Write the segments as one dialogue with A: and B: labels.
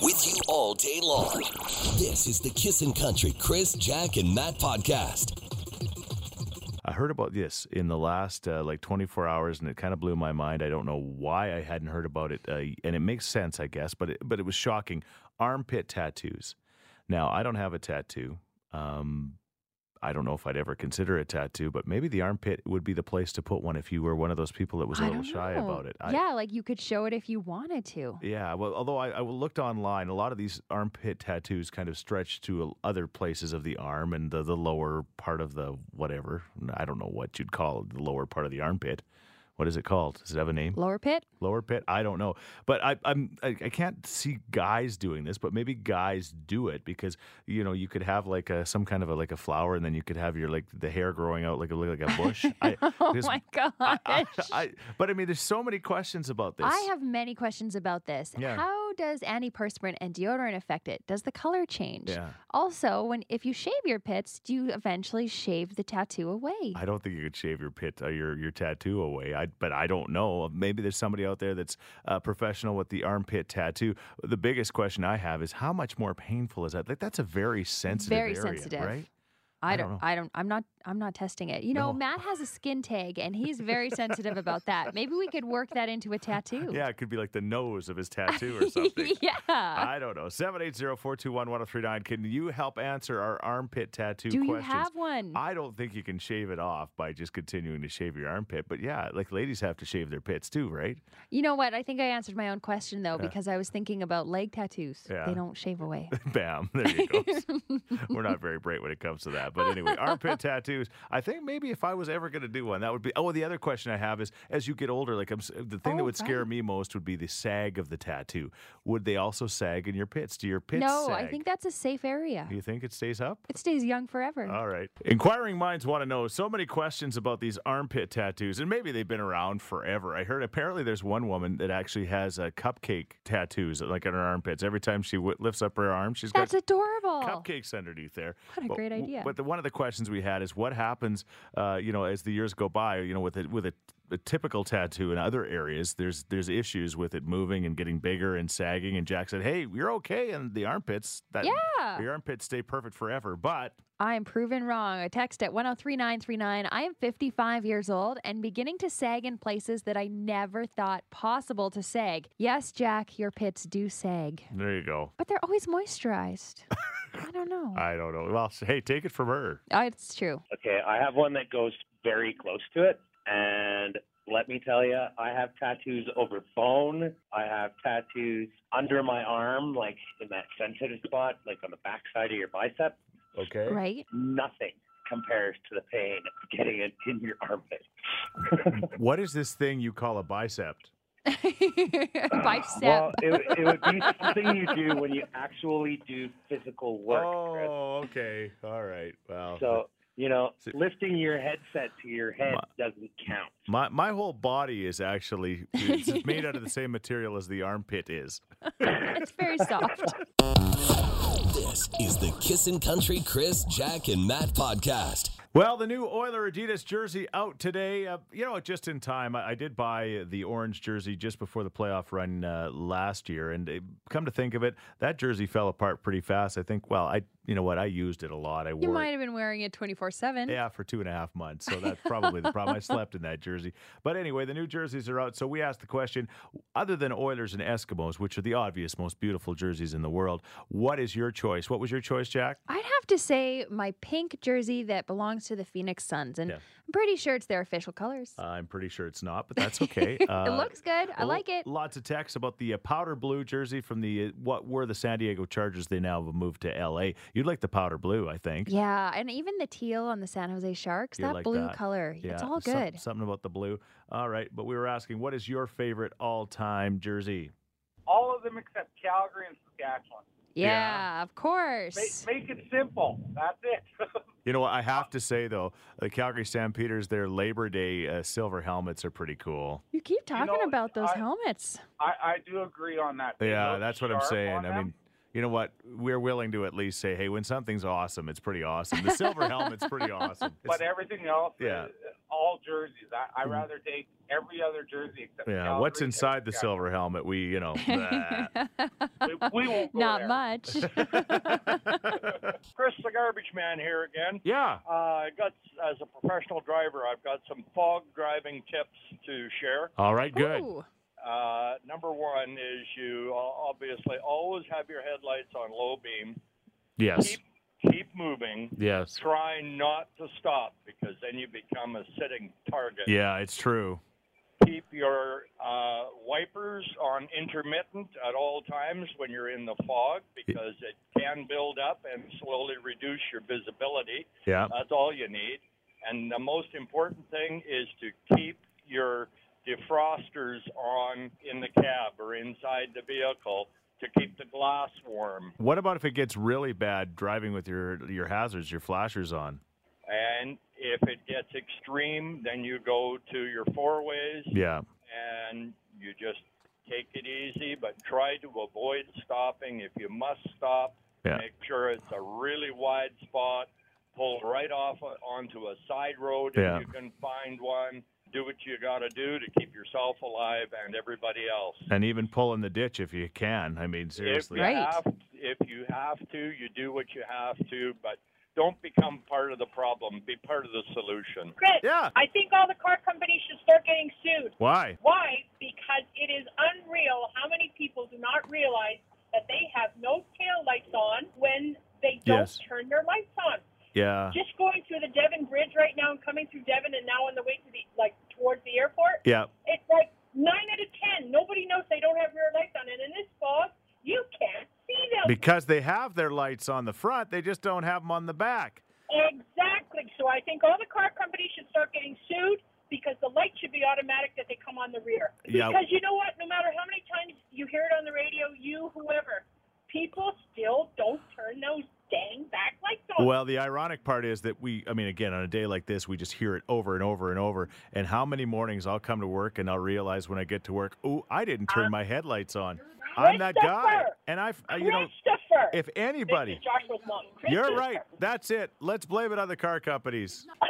A: with you all day long. This is the Kissin' Country Chris, Jack, and Matt podcast.
B: I heard about this in the last uh, like 24 hours, and it kind of blew my mind. I don't know why I hadn't heard about it, uh, and it makes sense, I guess, but it, but it was shocking. Armpit tattoos. Now I don't have a tattoo. Um, I don't know if I'd ever consider a tattoo, but maybe the armpit would be the place to put one if you were one of those people that was a
C: I
B: little
C: don't
B: shy
C: know.
B: about it. I,
C: yeah, like you could show it if you wanted to.
B: Yeah, well, although I, I looked online, a lot of these armpit tattoos kind of stretch to other places of the arm and the, the lower part of the whatever. I don't know what you'd call the lower part of the armpit. What is it called? Does it have a name?
C: Lower pit?
B: Lower pit? I don't know. But I, I'm I, I can't see guys doing this, but maybe guys do it because you know you could have like a some kind of a like a flower, and then you could have your like the hair growing out like a like a bush. I,
C: Oh
B: this-
C: my gosh.
B: I,
C: I,
B: I, I- but I mean, there's so many questions about this.
C: have many questions about this.
B: Yeah.
C: How does antiperspirant and deodorant affect it? Does the color change?
B: Yeah.
C: Also, when if you shave your pits, do you eventually shave the tattoo away?
B: I don't think you could shave your pit uh, your your tattoo away. I but I don't know. Maybe there's somebody out there that's uh, professional with the armpit tattoo. The biggest question I have is how much more painful is that? Like that's a very sensitive
C: Very
B: area,
C: sensitive.
B: right?
C: I,
B: I
C: don't,
B: don't know.
C: I don't I'm not I'm not testing it. You know,
B: No.
C: Matt has a skin tag and he's very sensitive about that. Maybe we could work that into a tattoo.
B: Yeah, it could be like the nose of his tattoo or something.
C: yeah.
B: I don't know. 780-421-1039. Can you help answer our armpit tattoo
C: do you
B: questions?
C: have one?
B: I don't think you can shave it off by just continuing to shave your armpit. But yeah, like ladies have to shave their pits too, right?
C: You know what? I think I answered my own question though because I was thinking about leg tattoos.
B: Yeah.
C: They don't shave away.
B: Bam, there you go. We're not very bright when it comes to that. But anyway, armpit tattoos. I think maybe if I was ever going to do one, that would be. Oh, the other question I have is as you get older, like I'm, s- the thing that
C: Oh,
B: would scare
C: right.
B: me most would be the sag of the tattoo. Would they also sag in your pits? Do your pits
C: no,
B: sag?
C: I think that's a safe area.
B: You think it stays up?
C: It stays young forever.
B: All right. Inquiring minds want to know so many questions about these armpit tattoos, and maybe they've been around forever. I heard apparently there's one woman that actually has uh, cupcake tattoos, like on her armpits. Every time she w- lifts up her arm, she's got
C: that's adorable.
B: cupcakes underneath there.
C: Oh. What a great idea.
B: But the, one of the questions we had is what happens, uh, you know, as the years go by, you know, with a, with a, a typical tattoo in other areas, there's there's issues with it moving and getting bigger and sagging. And Jack said, "Hey, you're okay," and the armpits that
C: Yeah.
B: your armpits stay perfect forever. But
C: I am proven wrong. A text at 103939. I am 55 years old and beginning to sag in places that I never thought possible to sag. Yes, Jack, your pits do sag,
B: there you go.
C: but they're always moisturized. I don't know.
B: I don't know. Well, hey, take it from her.
C: Uh, it's true.
D: Okay, I have one that goes very close to it. And let me tell you, I have tattoos over phone. I have tattoos under my arm, like in that sensitive spot, like on the backside of your bicep.
B: Okay.
C: Right?
D: Nothing compares to the pain of getting it in your armpit.
B: What is this thing you call a bicep?
C: Bicep.
D: Well, it, it would be something you do when you actually do physical work. Chris.
B: oh, okay. All right. Well,
D: So, you know,
B: Oh. So-
D: lifting your headset to your head doesn't count.
B: My my whole body is actually it's made out of the same material as the armpit is.
C: it's very soft.
A: This is the Kissin' Country Chris, Jack, and Matt podcast.
B: Well, the new Oiler Adidas jersey out today. Uh, you know, just in time. I, I did buy the orange jersey just before the playoff run uh, last year, and uh, come to think of it, that jersey fell apart pretty fast. I think. Well, I you know what? I used it a lot. I
C: You
B: wore it
C: might have been wearing it 24 7.
B: Yeah, for two and a half months. So that's probably the problem. I slept in that jersey. But anyway, the new jerseys are out. So we asked the question other than Oilers and Eskimos, which are the obvious, most beautiful jerseys in the world, what is your choice? What was your choice, Jack?
C: I'd have to say my pink jersey that belongs to the Phoenix Suns, and
B: Yeah. Uh,
C: I'm pretty sure it's their official colors.
B: I'm pretty sure it's not, but that's okay. Uh,
C: it looks good. I
B: lo-
C: like it.
B: Lots of texts about the uh, powder blue jersey from the uh, what were the San Diego Chargers. They now have moved to L.A. You'd like the powder blue, I think.
C: Yeah, and even the teal on the San Jose Sharks,
B: You
C: that
B: like
C: blue
B: that.
C: color, it's all
B: some-
C: good.
B: something about the blue. All right, but we were asking, what is your favorite all-time jersey?
E: All of them except Calgary and Saskatchewan.
C: yeah,
B: yeah.
C: of course.
E: Make, make it simple. That's it.
B: You know what? I have to say though, the Calgary Stampeders, their Labor Day uh, silver helmets are pretty cool.
C: you keep
E: know,
C: talking about those
E: I-
C: helmets.
E: I, I do agree on that.
B: Yeah,
E: Those
B: that's what I'm
E: sharp
B: saying.
E: on
B: I
E: them,
B: mean, you know what? We're willing to at least say, hey, when something's awesome, it's pretty awesome. The silver helmet's pretty awesome.
E: but
B: It's-
E: everything else,
B: yeah. Mm-hmm.
E: uh,
D: all jerseys. I I rather take every other jersey except.
F: Yeah,
D: Calgary
F: what's
D: and
F: inside the
D: Saskatchewan.
F: silver helmet? We, you know, blah.
D: We, we won't go
C: Not
D: there.
C: much.
G: Chris the Garbage Man here again.
F: yeah.
G: Uh, I got as a professional driver, I've got some fog driving tips to share.
F: All right, good.
C: Ooh.
G: Uh, number one is you o- obviously always have your headlights on low beam.
F: Yes.
G: Keep keep moving.
F: Yes.
G: Try not to stop because then you become a sitting target.
F: Yeah, it's true.
G: Keep your uh, wipers on intermittent at all times when you're in the fog because it can build up and slowly reduce your visibility.
F: Yeah.
G: That's all you need. And the most important thing is to keep your defrosters on in the cab or inside the vehicle to keep the glass warm.
F: What about if it gets really bad driving with your your hazards, your flashers on?
G: And if it gets extreme, then you go to your four ways
F: Yeah.
G: and you just take it easy, but try to avoid stopping. If you must stop,
F: Yeah.
G: make sure it's a really wide spot. Pull right off o- onto a side road
F: Yeah.
G: if you can find one. Do what you got to do to keep yourself alive and everybody else.
F: And even pull in the ditch if you can. I mean, seriously.
G: If
C: Right.
G: you, have, if you have to, you do what you have to, but don't become part of the problem. Be part of the solution.
H: Chris,
F: Yeah.
H: I think all the car companies should start getting sued.
F: Why?
H: Why? Because it is unreal how many people do not realize that they have no tail lights on when they don't
F: Yes.
H: turn their lights on.
F: Yeah.
H: Just going through the Devon Bridge right now and coming through Devon and now on the way to the like towards the airport,
F: Yeah.
H: it's like nine out of ten. Nobody knows they don't have rear lights on, and in this fog, you can't see them.
F: Because they have their lights on the front, they just don't have them on the back.
H: Exactly. So I think all the car companies should start getting sued because the light should be automatic that they come on the rear.
F: Yeah.
H: Because you know what? No matter how many times you hear it on the radio, you, whoever, people still don't turn those dang back lights on.
F: Well, the ironic part is that we, I mean, again, on a day like this, we just hear it over and over and over. And how many mornings I'll come to work and I'll realize when I get to work, ooh, I didn't turn my headlights on. I'm that guy.
H: Christopher!
F: And I, I- you know,
H: Christopher.
F: if anybody,
H: This is Joshua's mom.
F: you're
H: Christopher.
F: right. That's it. Let's blame it on the car companies.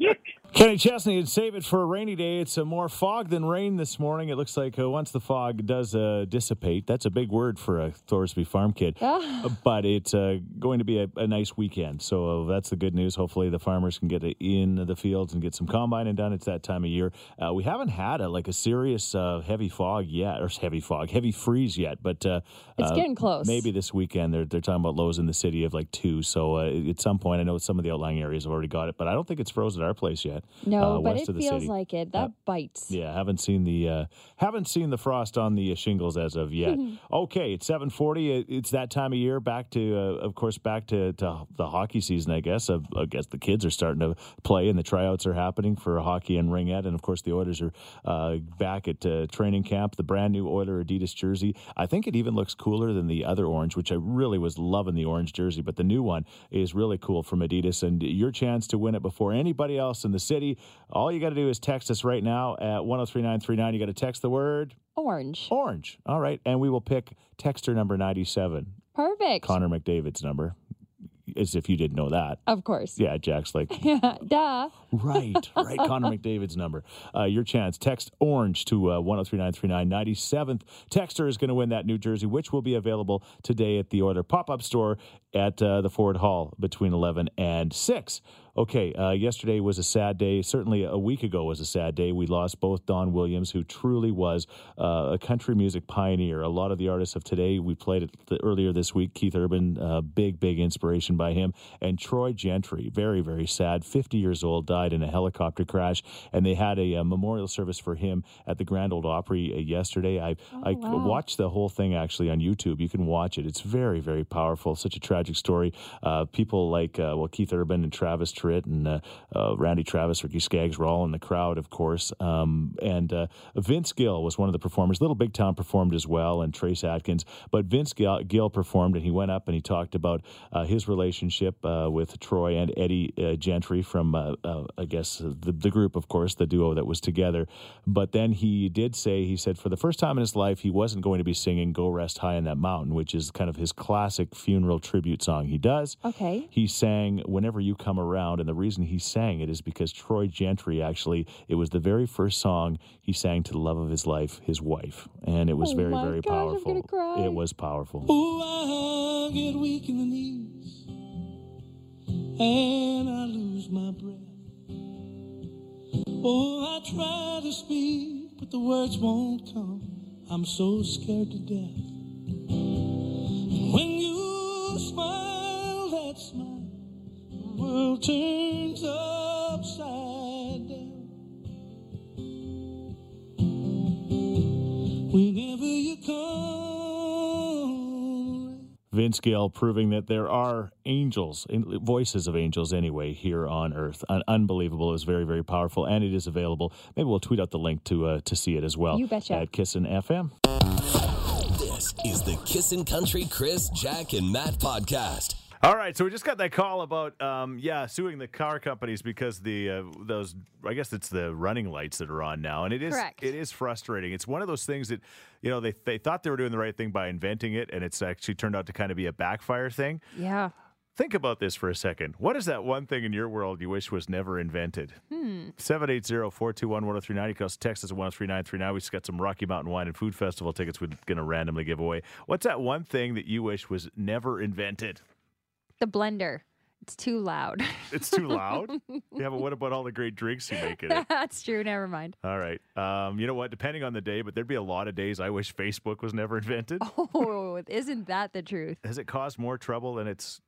H: You
B: Kenny Chesney and save it for a rainy day. It's uh more fog than rain this morning. It looks like uh, once the fog does uh, dissipate, that's a big word for a Thorsby farm kid,
C: Ah.
B: Uh, but it's uh, going to be a, a nice weekend. So uh, that's the good news. Hopefully, the farmers can get it in the fields and get some combining done. It's that time of year. Uh, we haven't had a, like a serious uh, heavy fog yet, or heavy fog, heavy freeze yet, but uh,
C: It's
B: uh,
C: getting close.
B: Maybe this weekend they're they're talking about lows in the city of like two. So uh, at some point, I know some of the outlying areas have already got it, but I don't think it's frozen at our place yet.
C: No,
B: uh,
C: but
B: west
C: it
B: of the
C: feels
B: city.
C: like it. That bites.
B: Yeah, haven't seen the uh, haven't seen the frost on the uh, shingles as of yet. okay, it's seven forty. It's that time of year. Back to, uh, of course, back to, to the hockey season. I guess. I, I guess the kids are starting to play, and the tryouts are happening for hockey and ringette, and of course the Oilers are uh, back at uh, training camp. The brand new Oiler Adidas jersey. I think it even looks cooler than the other orange, which I really was loving the orange jersey. But the new one is really cool from Adidas, and your chance to win it before anybody else in the city. All you got to do is text us right now at 103939. You got to text the word
C: Orange.
B: orange. All right. And we will pick texter number 97,
C: Perfect.
B: Connor McDavid's number, as if you didn't know that.
C: Of course.
B: Yeah, Jack's like,
C: Yeah. Duh.
B: right, right. Connor McDavid's number. Uh, your chance. Text orange to uh, 103939. 97th texter is going to win that New Jersey, which will be available today at the Order pop up store at uh, the Ford Hall between 11 and 6. Okay, uh, yesterday was a sad day. Certainly a week ago was a sad day. We lost both Don Williams, who truly was uh, a country music pioneer. A lot of the artists of today, we played it th- earlier this week. Keith Urban, uh, big, big inspiration by him. And Troy Gentry, very, very sad, 50 years old, died in a helicopter crash. And they had a, uh memorial service for him at the Grand Old Opry uh, yesterday. I, I
C: wow.
B: watched the whole thing actually on YouTube. You can watch it. It's very, very powerful. Such a tragic story. Uh, people like, uh, well, Keith Urban and Travis Tritt and uh, uh, Randy Travis, Ricky Skaggs were all in the crowd, of course. Um, and uh, Vince Gill was one of the performers. Little Big Tom performed as well, and Trace Atkins. But Vince Gill, Gill performed, and he went up and he talked about uh, his relationship uh, with Troy and Eddie uh, Gentry from, uh, uh, I guess, the, the group, of course, the duo that was together. But then he did say, he said, for the first time in his life, he wasn't going to be singing Go Rest High on That Mountain, which is kind of his classic funeral tribute song he does.
C: Okay.
B: He sang Whenever You Come Around
I: around, and the reason he sang it is because Troy Gentry actually it was the very first song he sang to the love of his life, his wife, and it was
C: Oh
I: very
C: my
I: very
C: gosh, I'm
I: powerful.
C: gonna cry.
I: It was powerful.
J: Oh, I get weak in the knees and I lose my breath. Oh, I try to speak, but the words won't come. I'm so scared to death. And when you smile, that smile, the world turns upside down. Whenever you come.
I: Vince Gill proving that there are angels, in- voices of angels anyway, here on Earth. Un- unbelievable. It was very, very powerful, and it is available. Maybe we'll tweet out the link to uh, to see it as well.
C: You betcha.
I: At Kissin' FM.
A: This is the Kissin' Country Chris, Jack, and Matt podcast.
B: All right, so we just got that call about um, yeah suing the car companies because the uh, those I guess it's the running lights that are on now, and it is
C: Correct.
B: it is frustrating. It's one of those things that you know they they thought they were doing the right thing by inventing it, and it's actually turned out to kind of be a backfire thing.
C: Yeah.
B: Think about this for a second. What is that one thing in your world you wish was never invented? 780 421 1039. You can also text us at 103939. We just got some Rocky Mountain Wine and Food Festival tickets we're going to randomly give away. What's that one thing that you wish was never invented?
C: The blender. It's too loud.
B: It's too loud. yeah, but what about all the great drinks you make in it?
C: That's true. Never mind.
B: All right. Um, you know what? Depending on the day, but there'd be a lot of days I wish Facebook was never invented.
C: Oh, isn't that the truth?
B: Has it caused more trouble than it's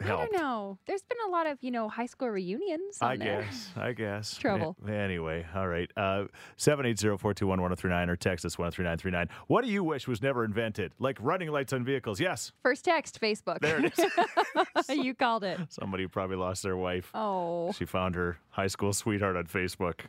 C: I
B: helped?
C: don't know. There's been a lot of, you know, high school reunions. On
B: I
C: there.
B: guess. I guess.
C: Trouble.
B: A- Anyway, all right. Uh, 780-421-1039 or text us 103939. What do you wish was never invented? Like running lights on vehicles. Yes.
C: First text, Facebook.
B: There it is.
C: you called it.
B: Somebody probably lost their wife.
C: Oh,
B: She found her high school sweetheart on Facebook.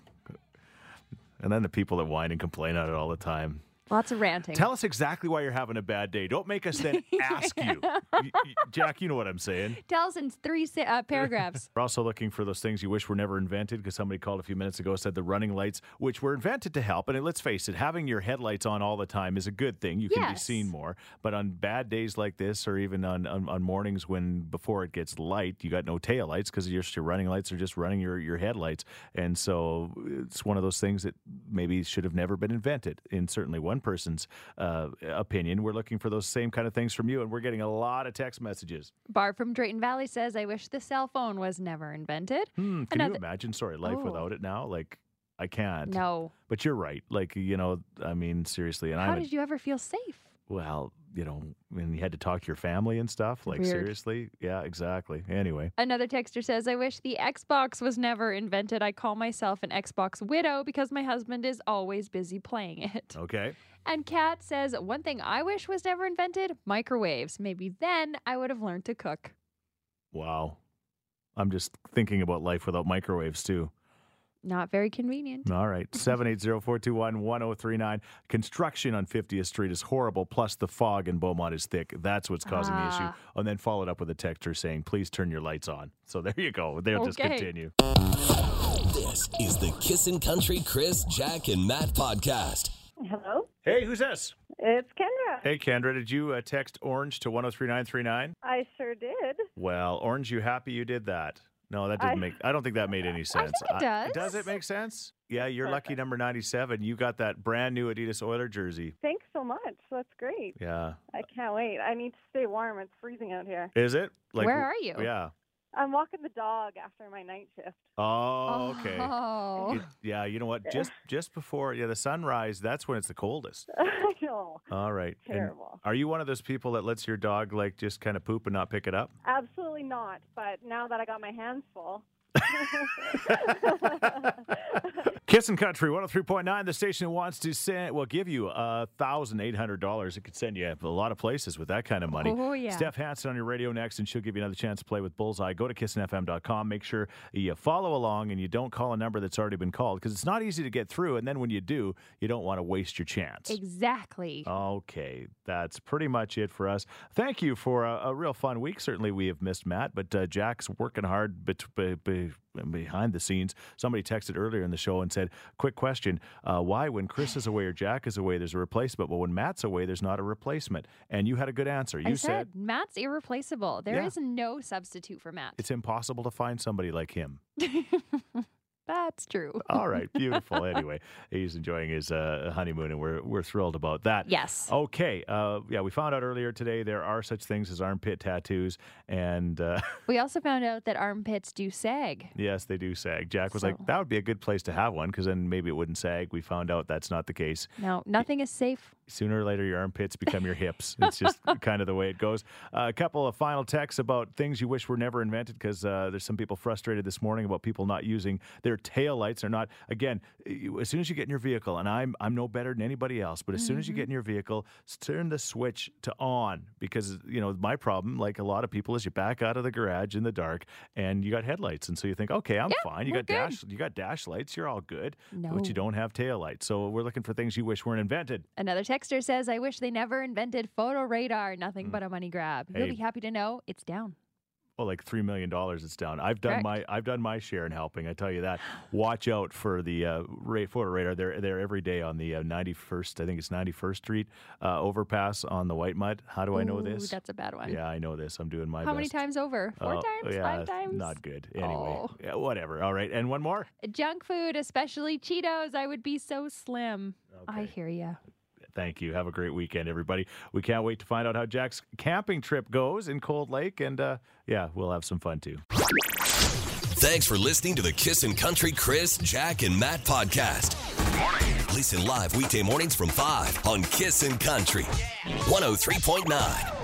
B: And then the people that whine and complain on it all the time.
C: lots of ranting.
B: Tell us exactly why you're having a bad day. Don't make us then ask you. Y- y- Jack, you know what I'm saying.
C: Tell us in three se- uh, paragraphs.
B: We're also looking for those things you wish were never invented because somebody called a few minutes ago said the running lights, which were invented to help. And let's face it, having your headlights on all the time is a good thing. You can be
C: Yes.
B: seen more. But on bad days like this, or even on, on, on mornings when before it gets light, you got no taillights because your, your running lights are just running your, your headlights. And so it's one of those things that maybe should have never been invented, in certainly one person's uh, opinion. We're looking for those same kind of things from you. And we're getting a lot of text messages.
C: Barb from Drayton Valley says, I wish the cell phone was never invented.
B: Hmm, can
C: Another-
B: you imagine? Sorry, life
C: Oh.
B: without it now? Like, I can't.
C: No.
B: But you're right. Like, you know, I mean, seriously. And
C: How
B: I'm, a-
C: did you ever feel safe?
B: well, you know, and you had to talk to your family and stuff. Like,
C: Weird.
B: seriously? Yeah, exactly. Anyway.
C: Another texter says, I wish the Xbox was never invented. I call myself an Xbox widow because my husband is always busy playing it.
B: Okay.
C: And Kat says, One thing I wish was never invented microwaves. Maybe then I would have learned to cook.
B: Wow. I'm just thinking about life without microwaves, too.
C: Not very convenient.
B: All right. 780-421-1039. Construction on 50th Street is horrible, plus the fog in Beaumont is thick. That's what's causing the issue.
C: Ah.
B: And then followed up with a texture saying, please turn your lights on. So there you go. They'll just
C: Okay.
B: continue.
A: This is the Kissin' Country Chris, Jack, and Matt podcast.
H: Hello?
B: Hey, who's this?
H: It's Kendra.
F: Eh.
B: Hey, Kendra, did you uh, text Orange to 103939?
H: I sure did.
B: Well, Orange, you happy you did that? No, that didn't
H: I-
B: make. I don't think that made any sense.
C: think it does.
B: Does it make sense? Yeah, you're lucky number 97. You got that brand new Adidas Oiler jersey.
H: Thanks so much. That's great.
B: Yeah.
H: I can't wait. I need to stay warm. It's freezing out here.
B: Is it?
C: Where are you?
B: Yeah.
H: I'm walking the dog after my night shift.
B: Oh, okay.
C: Oh.
B: It- yeah, you know what? Just just before yeah, the sunrise, that's when it's the coldest.
H: I know.
B: All right. And
H: Terrible.
B: are you one of those people that lets your dog like just kind of poop and not pick it up?
H: Absolutely not. But now that I got my hands full,
B: Kissin' Country 103.9, the station that wants to send, well, give you uh, $1,800. It could send you a lot of places with that kind of money.
C: Oh, yeah.
B: Steph Hansen on your radio next, and she'll give you another chance to play with Bullseye. Go to kissinfm.com. Make sure you follow along and you don't call a number that's already been called because it's not easy to get through. And then when you do, you don't want to waste your chance.
C: Exactly.
B: Oh, Okay, that's pretty much it for us. Thank you for a, a real fun week. Certainly, we have missed Matt, but uh, Jack's working hard bet- be- be- be- behind the scenes. Somebody texted earlier in the show and said, "Quick question: uh, Why, when Chris is away or Jack is away, there's a replacement, but when Matt's away, there's not a replacement?" And you had a good answer. You
C: I said, Matt's irreplaceable. There
B: Yeah.
C: is no substitute for Matt.
B: it's impossible to find somebody like him.
C: That's true.
B: All right, beautiful. anyway, he's enjoying his uh, honeymoon, and we're we're thrilled about that.
C: Yes.
B: Okay. Uh, yeah, we found out earlier today there are such things as armpit tattoos, and uh,
C: We also found out that armpits do sag.
B: yes, they do sag. Jack was
C: So-
B: like, that would be a good place to have one because then maybe it wouldn't sag. We found out that's not the case.
C: No, nothing is safe.
B: Sooner or later, your armpits become your hips. It's just kind of the way it goes. Uh, a couple of final texts about things you wish were never invented because uh, there's some people frustrated this morning about people not using their taillights or not. Again, you- as soon as you get in your vehicle, and I'm, I'm no better than anybody else, but as soon as you
C: Mm-hmm.
B: get in your vehicle, s- turn the switch to on because, you know, my problem, like a lot of people, is you back out of the garage in the dark and you got headlights. And so you think, okay, I'm fine. You
C: we're
B: got,
C: good.
B: dash, you got dash lights. You're all good. But you
C: No.
B: don't have taillights. So we're looking for things you wish weren't invented.
C: Another texter says, I wish they never invented photo radar. Nothing but a money grab.
B: Mm. Hey.
C: You'll be happy to know it's down.
B: well, Oh, like three million dollars. It's down. I've done
C: Correct.
B: my I've done my share in helping. I tell you that. Watch out for the uh, ra- photo radar. They're they're every day on the uh, 91st. I think it's 91st Street uh, overpass on the White Mud. How do I know
C: Ooh,
B: this?
C: That's a bad one.
B: yeah, I know this. I'm doing my
C: How
B: best.
C: many times over? Four
B: Oh,
C: times?
B: yeah,
C: five times?
B: Not good. Anyway,
C: Oh.
B: yeah, whatever. All right, and one more.
C: Junk food, especially Cheetos. I would be so slim. I hear you.
B: Thank you. Have a great weekend, everybody. We can't wait to find out how Jack's camping trip goes in Cold Lake, and uh, yeah, we'll have some fun too.
A: Thanks for listening to the Kissin' Country Chris, Jack, and Matt podcast. oh Listen live weekday mornings from 5 on Kissin' Country 103.9.